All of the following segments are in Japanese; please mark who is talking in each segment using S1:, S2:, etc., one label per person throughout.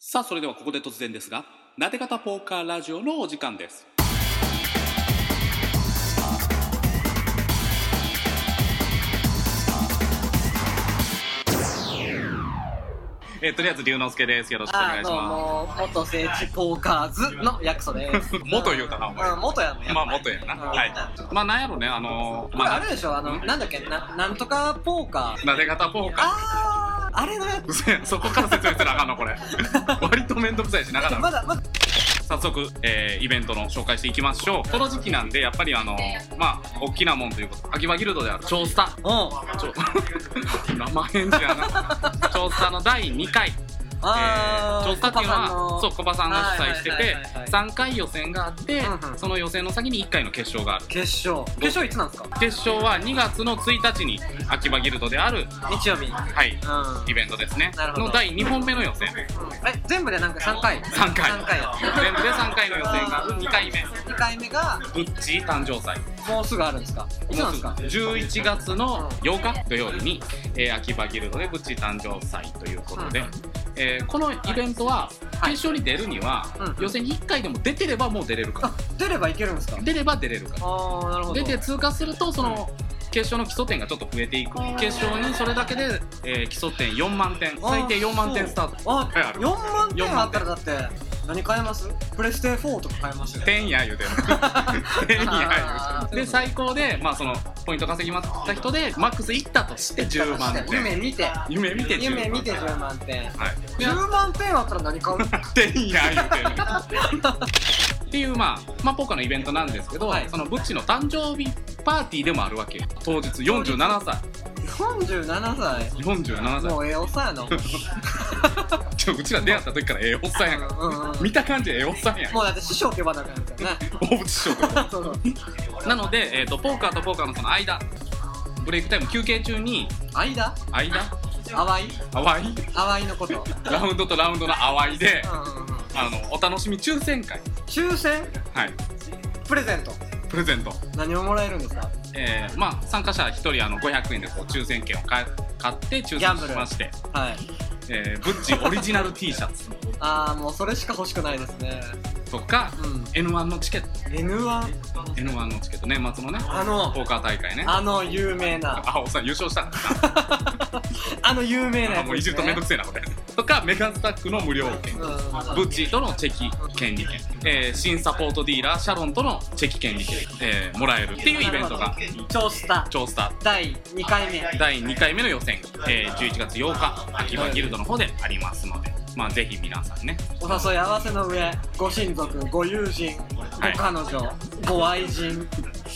S1: さあそれではここで突然ですがなで方ポーカーラジオのお時間ですえーとりあえず龍之介ですよろしくお
S2: あ
S1: 願いし
S2: どう
S1: ま
S2: も元聖地ポーカーズのヤクソです
S1: 元言うたなお前
S2: うん元やんのやっ
S1: ま
S2: ぱ
S1: あ
S2: り
S1: 元やな
S2: うん
S1: はいまあなんやろねあのー
S2: これ
S1: ま
S2: あ
S1: あ
S2: れでしょあのなんだっけななんとかポーカー
S1: なで方ポーカー
S2: あーあれのやつ
S1: 嘘やんそこから説明せなあかんの これ割と面倒くさいし長なる
S2: まだまだ
S1: 早速、えーイベントの紹介していきましょうこの時期なんでやっぱりあのまあ大きなもんということ秋葉ギルドである調査
S2: うん
S1: 超生返事やな調査の第2回
S2: あー
S1: 調査っていうの
S2: パパさん
S1: はそう小葉さんが主催して
S2: はいはい
S1: て
S2: はいはいはい
S1: 3回予選があって
S2: うんうん
S1: その予選の先に1回の決勝がある
S2: 決勝決勝いつなんですか
S1: 決勝は2月の1日に秋葉ギルドである
S2: 日曜日うん
S1: はいイベントですね
S2: なるほど
S1: の第2本目の予選
S2: え全部でなんか3回
S1: 3回
S2: 3回やって
S1: 全部で3回の予選がある2回目
S2: 2回目が
S1: ブッチー誕生祭
S2: もうすぐあるんですかいつなんですか
S1: 11月の8日土曜日に、えー秋葉ギルドでブッチ誕生祭ということで、
S2: うん
S1: えーこのイベントは決
S2: はい
S1: 勝に出るには、
S2: うん
S1: 予選に1回でも出てればもう出れるか
S2: あ出ればいけるんですから
S1: 出れば出れるから
S2: ああなるほど
S1: 出て通過するとその決勝の基礎点がちょっと増えていく決勝にそれだけで、えー基礎点4万点
S2: あー
S1: 最低4万点スタート
S2: あ
S1: はいある
S2: 4万
S1: 4
S2: 点あ
S1: 万
S2: っ
S1: 点
S2: たらだって何買えますプレステ4とか買えますよ
S1: 点や言うてん の点や
S2: あ
S1: 言う
S2: ー
S1: てんので最高で、まあ、そのポイント稼ぎまった人でマックスいったとして10万
S2: 夢
S1: 点
S2: 見て
S1: 夢見て10万
S2: 夢見て10万点
S1: はい、
S2: 10万点あったら何買う
S1: ってんや言うてんねんっていうまあまあポーカーのイベントなんですけど、
S2: はい
S1: そのブッチの誕生日パーティーでもあるわけよ当日47歳47歳
S2: 47歳もうええおっさ んやの
S1: ちょうちら出会った時からええおっさんやんか
S2: うんうんうん
S1: 見た感じええおっさんやん
S2: もうだって師匠呼ばなくな るからね
S1: 大渕師匠とか
S2: そうそう
S1: なので、えー、とポーカーとポーカーのその間ブレイクタイム休憩中に
S2: 間
S1: 間
S2: 淡い
S1: 淡い
S2: 淡いのこと
S1: ラウンドとラウンドの淡いで
S2: うんうんうん
S1: あのお楽しみ抽選会
S2: 抽選
S1: はい
S2: プレゼント
S1: プレゼント
S2: 何をもらえるんですか
S1: えーまあ参加者1人あの500円でこう抽選券を買買って抽
S2: ギャ
S1: 選
S2: ンブル
S1: しまして
S2: はい
S1: えー、ブッチオリジナル T シャツ
S2: ああもうそれしか欲しくないですね
S1: とか
S2: うん
S1: N1 のチケット
S2: N1
S1: N1 のチケット年末のね
S2: あの
S1: ポーカー大会ね
S2: あの有名な
S1: あおっさん優勝したんだ
S2: あの有名な
S1: あ
S2: やつ
S1: もういじ
S2: で
S1: ると
S2: す
S1: めんどくせえなこれとかメガスタックの無料券
S2: う
S1: ブ
S2: ん
S1: ッチとのチェキ権利券、えー新サポートディーラーシャロンとのチェキ権利券、えーもらえるっていうイベントが
S2: 超スタ
S1: 超スタ
S2: 第2回目
S1: ー第2回目の予選、えー11月8日秋葉ギルドの方でありますのでまあぜひ皆さんね
S2: お誘い合わせの上ご親族ご友人ご
S1: い
S2: 彼女、ご愛人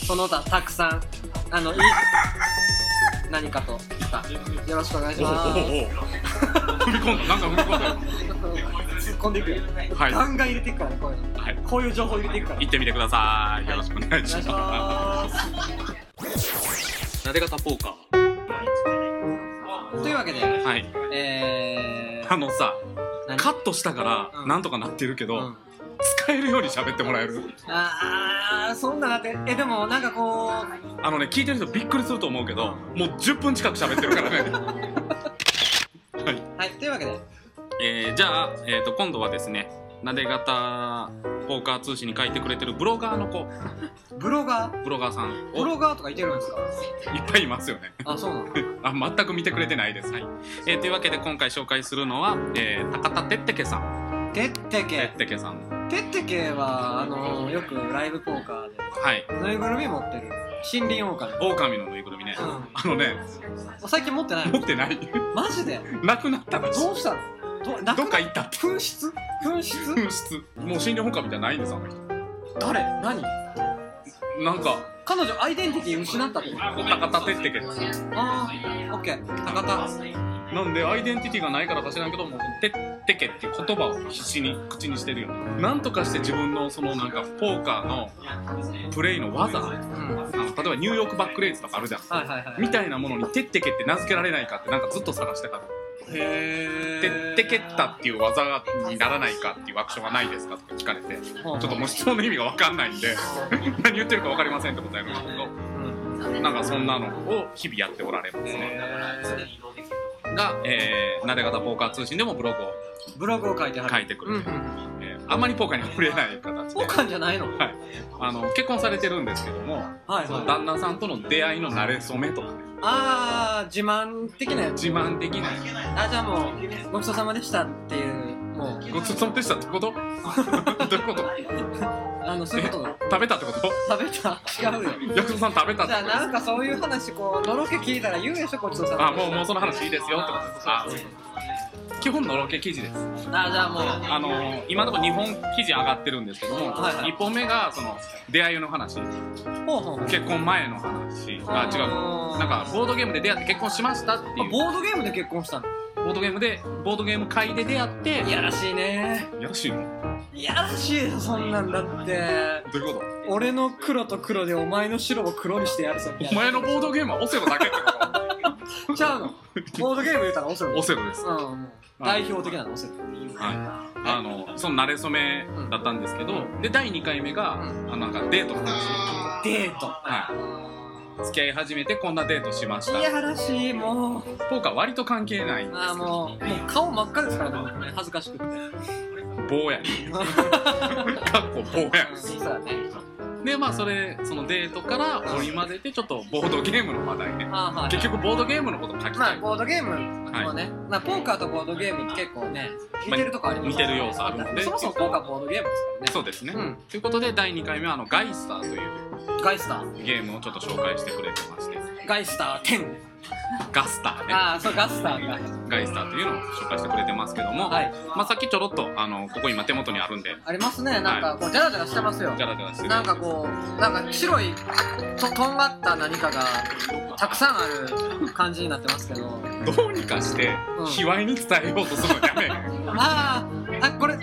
S2: その他たくさんあのいい何かとよろしくお願いし
S1: おおおお
S2: ます
S1: 踏み込んだなんか踏み込んだよ
S2: 突っ込んでいくよ、
S1: はい
S2: ガンガン入れていくからねこういうの
S1: はい
S2: こういう情報入れていくから
S1: 行ってみてください。よろしくお願い
S2: お
S1: し
S2: 願いし
S1: ま
S2: ます
S1: す。なで方ポーカ
S2: というわけで
S1: ー。はい。
S2: えー
S1: あのさ、
S2: 何
S1: カットしたか
S2: う
S1: ら
S2: ん
S1: なんとかなってるけ
S2: う
S1: ど
S2: ん、
S1: 使えるように喋ってもらえる。
S2: あーそんなだってえでもなんかこ
S1: あのね、聞いてる人びっくりすると思うけど、もう10分近く喋ってるからね。 はい。
S2: うはいというわけで
S1: えーじゃあ、えーと今度はですね、なで方ポーカー通信に書いてくれてるブロガーの子、
S2: ブロガー
S1: ブロガーさん
S2: ブ
S1: をいっ
S2: ロガーとかいてるんですか
S1: ぱいいますよね。
S2: あそうなの
S1: あ全く見てくれてないです。はい。えーというわけで今回紹介するのは、えー高田てってけさん、
S2: てって
S1: て
S2: け
S1: ってけさんの。
S2: てってけはあのよくライブポーカーで
S1: はい。
S2: ぬいぐるみ持ってる森林狼
S1: 狼のぬいぐるみね、
S2: うん
S1: あのね
S2: 最近持ってない
S1: 持
S2: の
S1: ってない
S2: マジで
S1: なくなったら
S2: どうしたのどなく
S1: どっか行った って
S2: 紛失紛失
S1: 紛失もう心療狼みたいなのないんですあの人
S2: 誰
S1: な
S2: 何
S1: んか
S2: 彼女アイデンティティ失ったってこと
S1: 高田てってけです
S2: ああオッケー高田
S1: なんでアイデンティティがないからか知らんけどもてってけっていう言葉を必死に口にしてるよなんとかして自分のそのなんかポーカーのプレイの技あ
S2: うんはい
S1: の例えばニューヨークバックレイズとかあるじゃん
S2: はいはい
S1: みたいなものにてってけって名付けられないかってなんかずっと探してたの
S2: へ
S1: てってけったっていう技にならないかっていうアクションはないですかとか聞かれて
S2: ち
S1: ちょっともう質問の意味が分かんないんで 何言ってるか分かりませんって答えなんだけどなんかそんなのを日々やっておられますねが、えー、なで方ポーカー通信でもブログを
S2: ブログを書いてはる
S1: 書いてく
S2: うん
S1: れ
S2: うんう
S1: て、
S2: ん
S1: えーあまりポーカーには触れない形
S2: ポ
S1: で
S2: ーカンじゃないのはい
S1: あの結婚されてるんですけども、
S2: はい
S1: その旦那さんとの出会いの慣れ初めとかね
S2: あー自慢的なやつ
S1: 自慢できない
S2: あじゃあもうごちそうさまでしたっていうもう
S1: ごちそうさまでしたってこと どういうこと
S2: あのそういうこと
S1: 食べたってこと
S2: 食べた違うよ
S1: 役所さん食べたっ
S2: じ
S1: て
S2: ゃあ
S1: こと
S2: なんかそういう話こうのろけ聞いたら言うでしょごちそうさま
S1: あ
S2: でし
S1: も
S2: た
S1: うもうその話いいですよってことですあそうそうそう基本のろけ記事です
S2: あじゃあもう
S1: あのー今のところ2本記事上がってるんですけども、
S2: はいはい
S1: 1本目がその出会いの話
S2: ほうほうほう
S1: 結婚前の話あ違う
S2: う
S1: なんかボードゲームで出会って結婚しましたっていうボ
S2: ボードゲームで結婚したの
S1: ードゲームでボードゲーム会で出会って
S2: いやらしいね
S1: やらしいの
S2: いやらしいよそんなんだって
S1: どういうこ
S2: 俺の黒と黒でお前の白を黒にしてやるぞ
S1: とお前のボードゲームはオセロだけってこ
S2: ちゃうのボードゲーム言うたらオセロ
S1: とオセロです
S2: うんもう代表的なのオセロ
S1: はいあのその慣れ初めだったんですけど、で第2回目が、
S2: う
S1: あのなんかデートの話、
S2: デート
S1: はい、付き合い始めてこんなデートしまし
S2: い
S1: た
S2: やらしいもう
S1: ポーカー割と関係ないんです
S2: あーもうもう顔真っ赤ですからね僕ね恥ずかしく って
S1: 棒やかっこ棒や
S2: そうだね
S1: でまあそれそのデートから織り交ぜてちょっとボードゲームの話題ね
S2: あーはい
S1: 結局ボードゲームのこと書き
S2: ま
S1: た
S2: あ
S1: い
S2: ボードゲームもね、まあポーカーとボードゲーム結構ね似てるとこあります
S1: 似
S2: よね
S1: てる要素あるので
S2: そもそもポーカーボードゲームですか
S1: そうですね、
S2: うん
S1: ということで第2回目はあのガイスターという
S2: らねガイスター
S1: ゲームをちょっと紹介してくれてまして
S2: ガイスター10
S1: ガスターね
S2: ああそうガスターが
S1: ガイスターというのを紹介してくれてますけども、
S2: はい
S1: まあ、さっきちょろっとあのここ今手元にあるんで
S2: ありますねなんかこうジャラジャラしてますよ
S1: ジャラジャラしてる
S2: なんかこうなんか白いととんがった何かがたくさんある感じになってますけど
S1: どうにかして
S2: うん
S1: 卑猥に伝えようとするのやめ、
S2: あーあこれ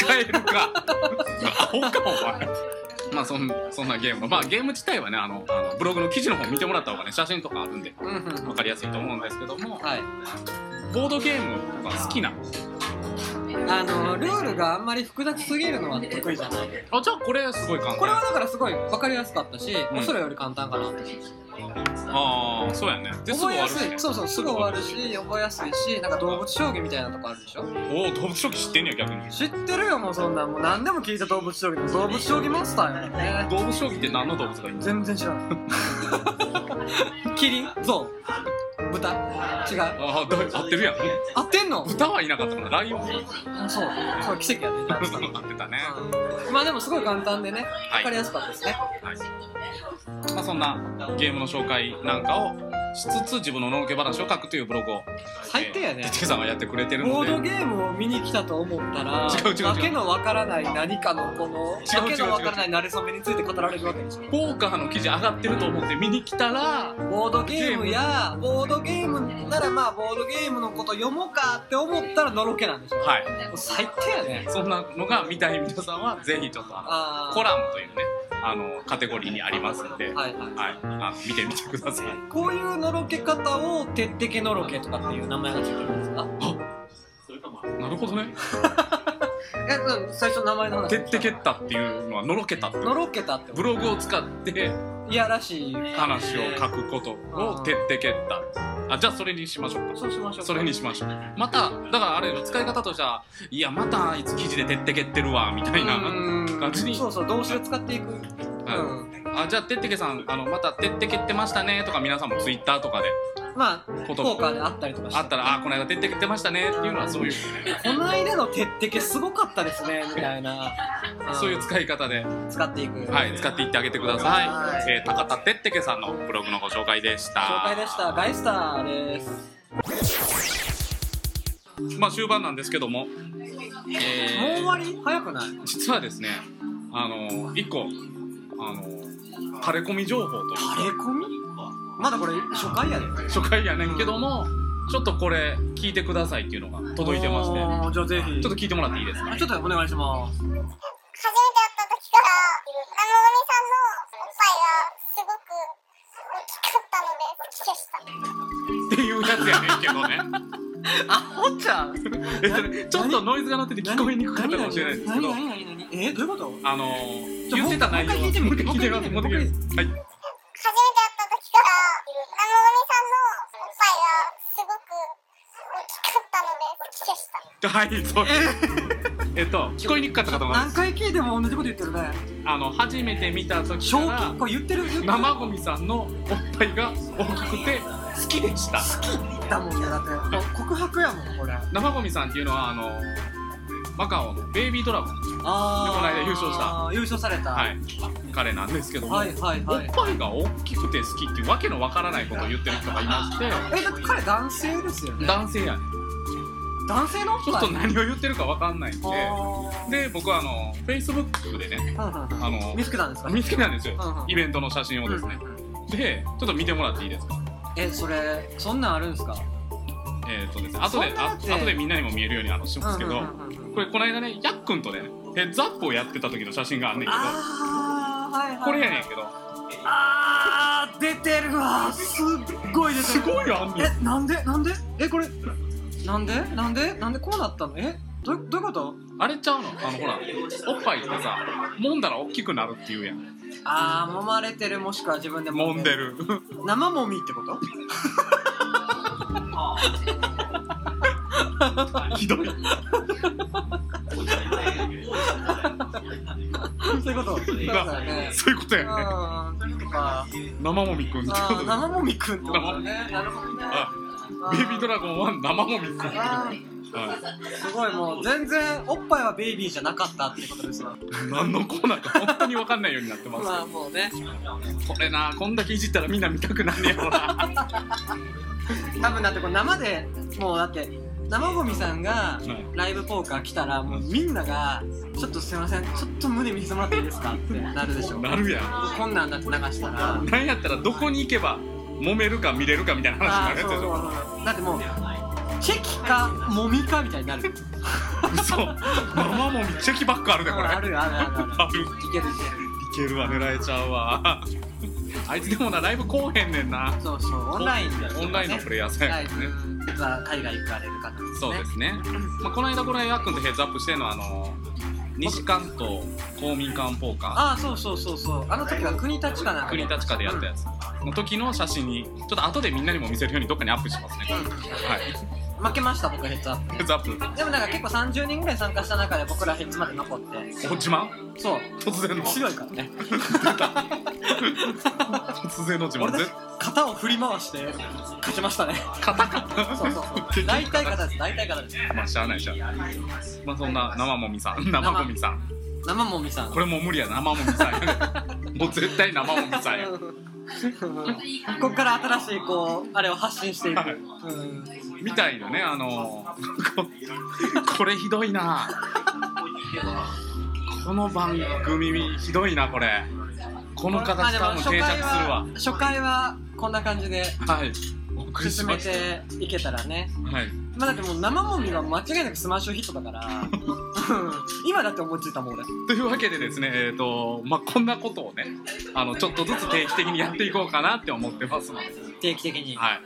S1: 使えるかアホかお前まあそんそんなゲームまあゲーム自体はねあのあのブログの記事の方見てもらった方がね写真とかあるんで
S2: うんうん
S1: 分かりやすいと思うんですけども
S2: はい
S1: ボードゲームが好きな
S2: あのルールがあんまり複雑すぎるのは得意じゃない
S1: あじゃあこれすごい簡単
S2: これはだからすごい分かりやすかったし、
S1: うん
S2: オセロより簡単かなって
S1: ああそうやねで
S2: 覚えやすい
S1: す
S2: そうそうすぐ終わる
S1: す
S2: し覚えやすいしなんか動物将棋みたいなとこあるでしょ
S1: ぐ終わるしおお動物初期知ってんねや逆に
S2: 知ってるよもうそんなんもう何でも聞いた動物将棋の動物将棋モンスターやもんね
S1: 動物将棋って何の動物がいいんです
S2: 全然知ら ないキリンゾウ豚違う
S1: かああだ合ってるやん
S2: 合ってんの
S1: 豚はいなかったからライオン
S2: あそうそう奇跡やね
S1: 合ってたね、
S2: うんまあでもすごい簡単でね
S1: は
S2: 分
S1: い
S2: かりやすかったですね
S1: はいまあ、そんなゲームの紹介なんかをしつつ自分ののんけ話を書くというブログを
S2: 最低や
S1: え
S2: ね
S1: ーてつきさんはやってくれてるの
S2: ボー
S1: で
S2: ドゲームを見に来たと思ったら
S1: 違う違う違う
S2: わけのわからない何かのこのわ
S1: 違う違う違う
S2: けのわからない馴れ初めについて語られるわけでしょ
S1: ポーカーの記事上がってると思って見に来たら
S2: ボードゲームやボードゲームならまあボードゲームのこと読もうかって思ったらのろけなんでしょ
S1: はい
S2: もう最低やね
S1: そんなのが見たい皆さんはぜひちょっとあの
S2: あー
S1: コラムというねあのカテゴリーにありますので、はい
S2: はいはい
S1: あの見てみてください
S2: こういうのろけ方を「てってけのろけ」とかっていう名前がついてるんですか
S1: なるほどね
S2: えうん最初の名前の話
S1: 「てってけった」っていうのはのろけたって
S2: のろけたって
S1: ブログを使って
S2: いやらしい
S1: 話を書くことを「てってけった」あじゃあそれにしましょうか
S2: そうしましょう
S1: それにしましょうまただからあれ使い方としてはいやまたあいつ記事でてってけってるわみたいな、
S2: 感
S1: 感じに
S2: そうそう動詞を使っていく、
S1: は
S2: うん
S1: いあじゃあてってけさんあのまたてってけってましたねとか皆さんもツイッターとかで
S2: まあ
S1: 言葉
S2: 効果であったりとかして
S1: あったらあこの間てってけってましたねっていうのは そういう
S2: この間の鉄壁すごかったですねみたいな、ん
S1: そういう使い方で、
S2: 使っていく
S1: はい、使っていってあげてください、えー高田てってけさんのブログのご紹介でした
S2: 紹介でしたガイスターです
S1: まあ終盤なんですけども、えー
S2: もう終わり早くない
S1: 実はですねあの一個あの垂れ込み情報というか
S2: 垂れ込みまだこれ初回やで
S1: 初回やねんけども、ちょっとこれ聞いてくださいっていうのが届いてまして
S2: おーじゃあぜひ
S1: ちょっと聞いてもらっていいですか
S2: あちょっとお願いします
S3: 初めて会った時から、あのおみさんのおっぱいがすごく大きかったので、好き
S1: って
S3: でした。
S1: いうやつやねんけどね
S2: あほちゃん
S1: えそれちょっとノイズが乗ってて聞こえにくかったかもしれないんですけ
S2: 何
S1: ど
S2: 何何何何えどういうこと
S1: あの
S2: ちょ
S1: 言ってた内容
S2: もう一回聞いてみて
S1: もう一回聞いてみますもう一回聞いてみますはい
S3: 初めて会った時から、あのおみさんのおっぱいがすごく大きかったでした。
S1: はいそうえっと聞こえにくかった方も
S2: 何回聞いても同じこと言ってるね
S1: あの初めて見た時
S2: 正
S1: から
S2: 気これ言ってる言ってる
S1: 生ゴミさんのおっぱいが大きくて好きでした
S2: 好きだもんねだって告白やもんこれあ
S1: 生ゴミさんっていうのはあのマカオのベイビードラゴン
S2: あ
S1: でこの間優勝した
S2: 優勝された
S1: はい彼なんですけども、
S2: はいはい
S1: お
S2: は
S1: っ
S2: い
S1: ぱいが大きくて好きっていうわけのわからないことを言ってる人がいまして
S2: えだって彼男性ですよね
S1: 男性やねん
S2: 男性のおっ
S1: ちょっ
S2: ぱい
S1: と何を言ってるかわかんないんで
S2: あー
S1: で僕はあの Facebook でね
S2: うんうんうん
S1: あの
S2: 見つけたんですか
S1: 見つけたんですよ
S2: うんうん
S1: イベントの写真をですね
S2: うんうんうん
S1: でちょっと見てもらっていいですか
S2: えそれそんなんあるんですか
S1: えっ、とですね後で
S2: そんな
S1: あ
S2: やつ
S1: 後でみんなにも見えるようにあのしますけど、
S2: うんうんうんうん
S1: これこの間ねやっくんとねヘッズアップをやってた時の写真があんねんけど
S2: あーはいはいはい
S1: これやねんけど
S2: あー出てるわすっごい出て
S1: す
S2: る
S1: ごいあんねん
S2: えなんでなんでえこれなんでなんでなんでこうなったのえどどういうこと
S1: あれちゃうのあのほらおっぱいってさ揉んだら大きくなるっていうやん
S2: ああ揉まれてるもしくは自分で
S1: 揉んでる
S2: 生もみってこと
S1: ひどい
S2: そういうことそういうことだね
S1: そういうことやね
S2: あー とか
S1: 生もみくんってこ
S2: あー
S1: と
S2: 生もみくんってことだねなるほどね
S1: あベイビードラゴンは生もみくん
S2: あ
S1: は
S2: ーすごいもう全然おっぱいはベイビーじゃなかったってことですよ
S1: い何のコーナーか本当に分かんないようになってます
S2: まあもうね
S1: これなこんだけいじったらみんな見たくなんねやろな
S2: 多分だってこれ生でもうだって生ゴミさんが
S1: い
S2: ライブポーカー来たらもうみんなが「ちょっとすいませんちょっと胸見せてもらっていいですか?」ってなるでしょ
S1: なるやん
S2: こんなんだって流した
S1: な
S2: ら
S1: んやったらどこに行けば揉めるか見れるかみたいな
S2: あ
S1: 話
S2: あ
S1: に
S2: そ
S1: な
S2: う
S1: る
S2: そ
S1: や
S2: う
S1: つでしょ
S2: そうだってもうチェキかもみかみたいになる
S1: 嘘生もみチェキバックあるねこれ
S2: あるあるあるあ
S1: ある
S2: るいけるいけ
S1: い
S2: る
S1: けるわ狙えちゃうわあいつでもなライブ来おへんねんな
S2: そうそうオンラインで、
S1: オンラインのプレイヤーさん
S2: ラ
S1: や
S2: イ
S1: からね
S2: ブは海外行かれる方ですね
S1: そうですね、まあ、この間これやっくんとヘッズアップしてんのはあの西関東公民館ポーカ
S2: ああそうそうそうそうあの時は国立かな
S1: ー
S2: んか
S1: 国立下でやったやつの時の写真にちょっと後でみんなにも見せるようにどっかにアップしますねはい
S2: うん負けました僕ヘッズアッ
S1: ヘッズアッ
S2: プでもなんか結構30人ぐらい参加した中で僕らヘッズまで残って
S1: プおじまん
S2: そう
S1: 突然の
S2: 強いからね
S1: 突然の自慢
S2: 俺た
S1: ぜ
S2: ち肩を振り回して勝ち ましたね
S1: 硬かった
S2: そうそうそう大体方です大体方です
S1: まあしゃあないしゃあないまあそんな生もみさん生もみさん
S2: 生もみさん
S1: これもう無理や生もみさんやねもう絶対生もみさんや
S2: ここから新しいこうあれを発信していく、
S1: はい
S2: うん
S1: みたいなねあのここれひどいなこの番組ひどいなこれこの
S2: まあ
S1: 形
S2: で
S1: 多分
S2: も
S1: 定着
S2: 初
S1: するわ
S2: 回は初回はこんな感じで
S1: はいお送りし
S2: 進め
S1: まして
S2: いけたらね
S1: たはい
S2: まあだってもう生もみは間違いなくスマッシュヒットだからうん今だって思いついたもん俺
S1: というわけでですねえっ、とまあこんなことをねあのちょっとずつ定期的にやっていこうかなって思ってますので
S2: 定期的に、
S1: はい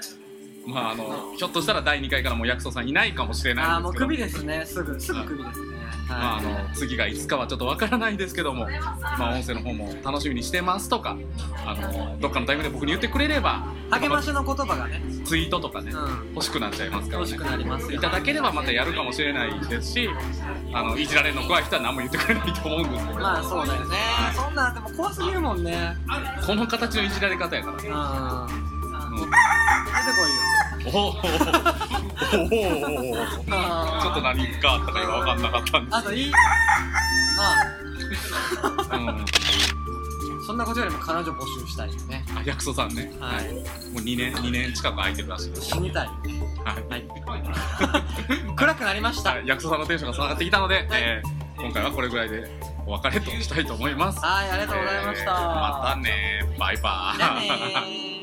S1: まああのひょっとしたら第2回からもう薬草さんいないかもしれ
S2: あ
S1: な
S2: あ
S1: いん
S2: も
S1: ですけ
S2: う
S1: ど
S2: クビですねすぐすぐクビですね、
S1: まあ、あ
S2: はい
S1: の次がいつかはちょっとわからないですけども、まあ、音声の方も楽しみにしてますとかあのどっかのタイミングで僕に言ってくれれば
S2: 励ましの言葉がね、
S1: ツイートとかね
S2: うん、
S1: 欲しくなっちゃいますから
S2: 楽
S1: ね
S2: しくなります
S1: い
S2: よ
S1: ただければまたやるかもしれないですしあのいじられるの怖い人は何も言ってくれないと思うんですけど、
S2: まあそうだよねそんなんでも怖すぎるもんね
S1: この形のいじられ方やからね
S2: う、ん
S1: うん、おおおおおおお
S2: 出てこいよあー
S1: ちょっと何があったか今わかんなかったんで
S2: あといいまあ
S1: す、うん
S2: そんなことよりも彼女募集したいよね
S1: あ、薬草さんね、
S2: はい
S1: もう2年2年近く空いてるらしいです
S2: 死にたい
S1: はい
S2: はい 暗くなりました
S1: はい、薬草さんのテンションが下がってきたので、えー今回はこれぐらいでお別れとしたいと思います。
S2: はいありがとうございました
S1: えーまたね、バイバーイ。
S2: じゃあねー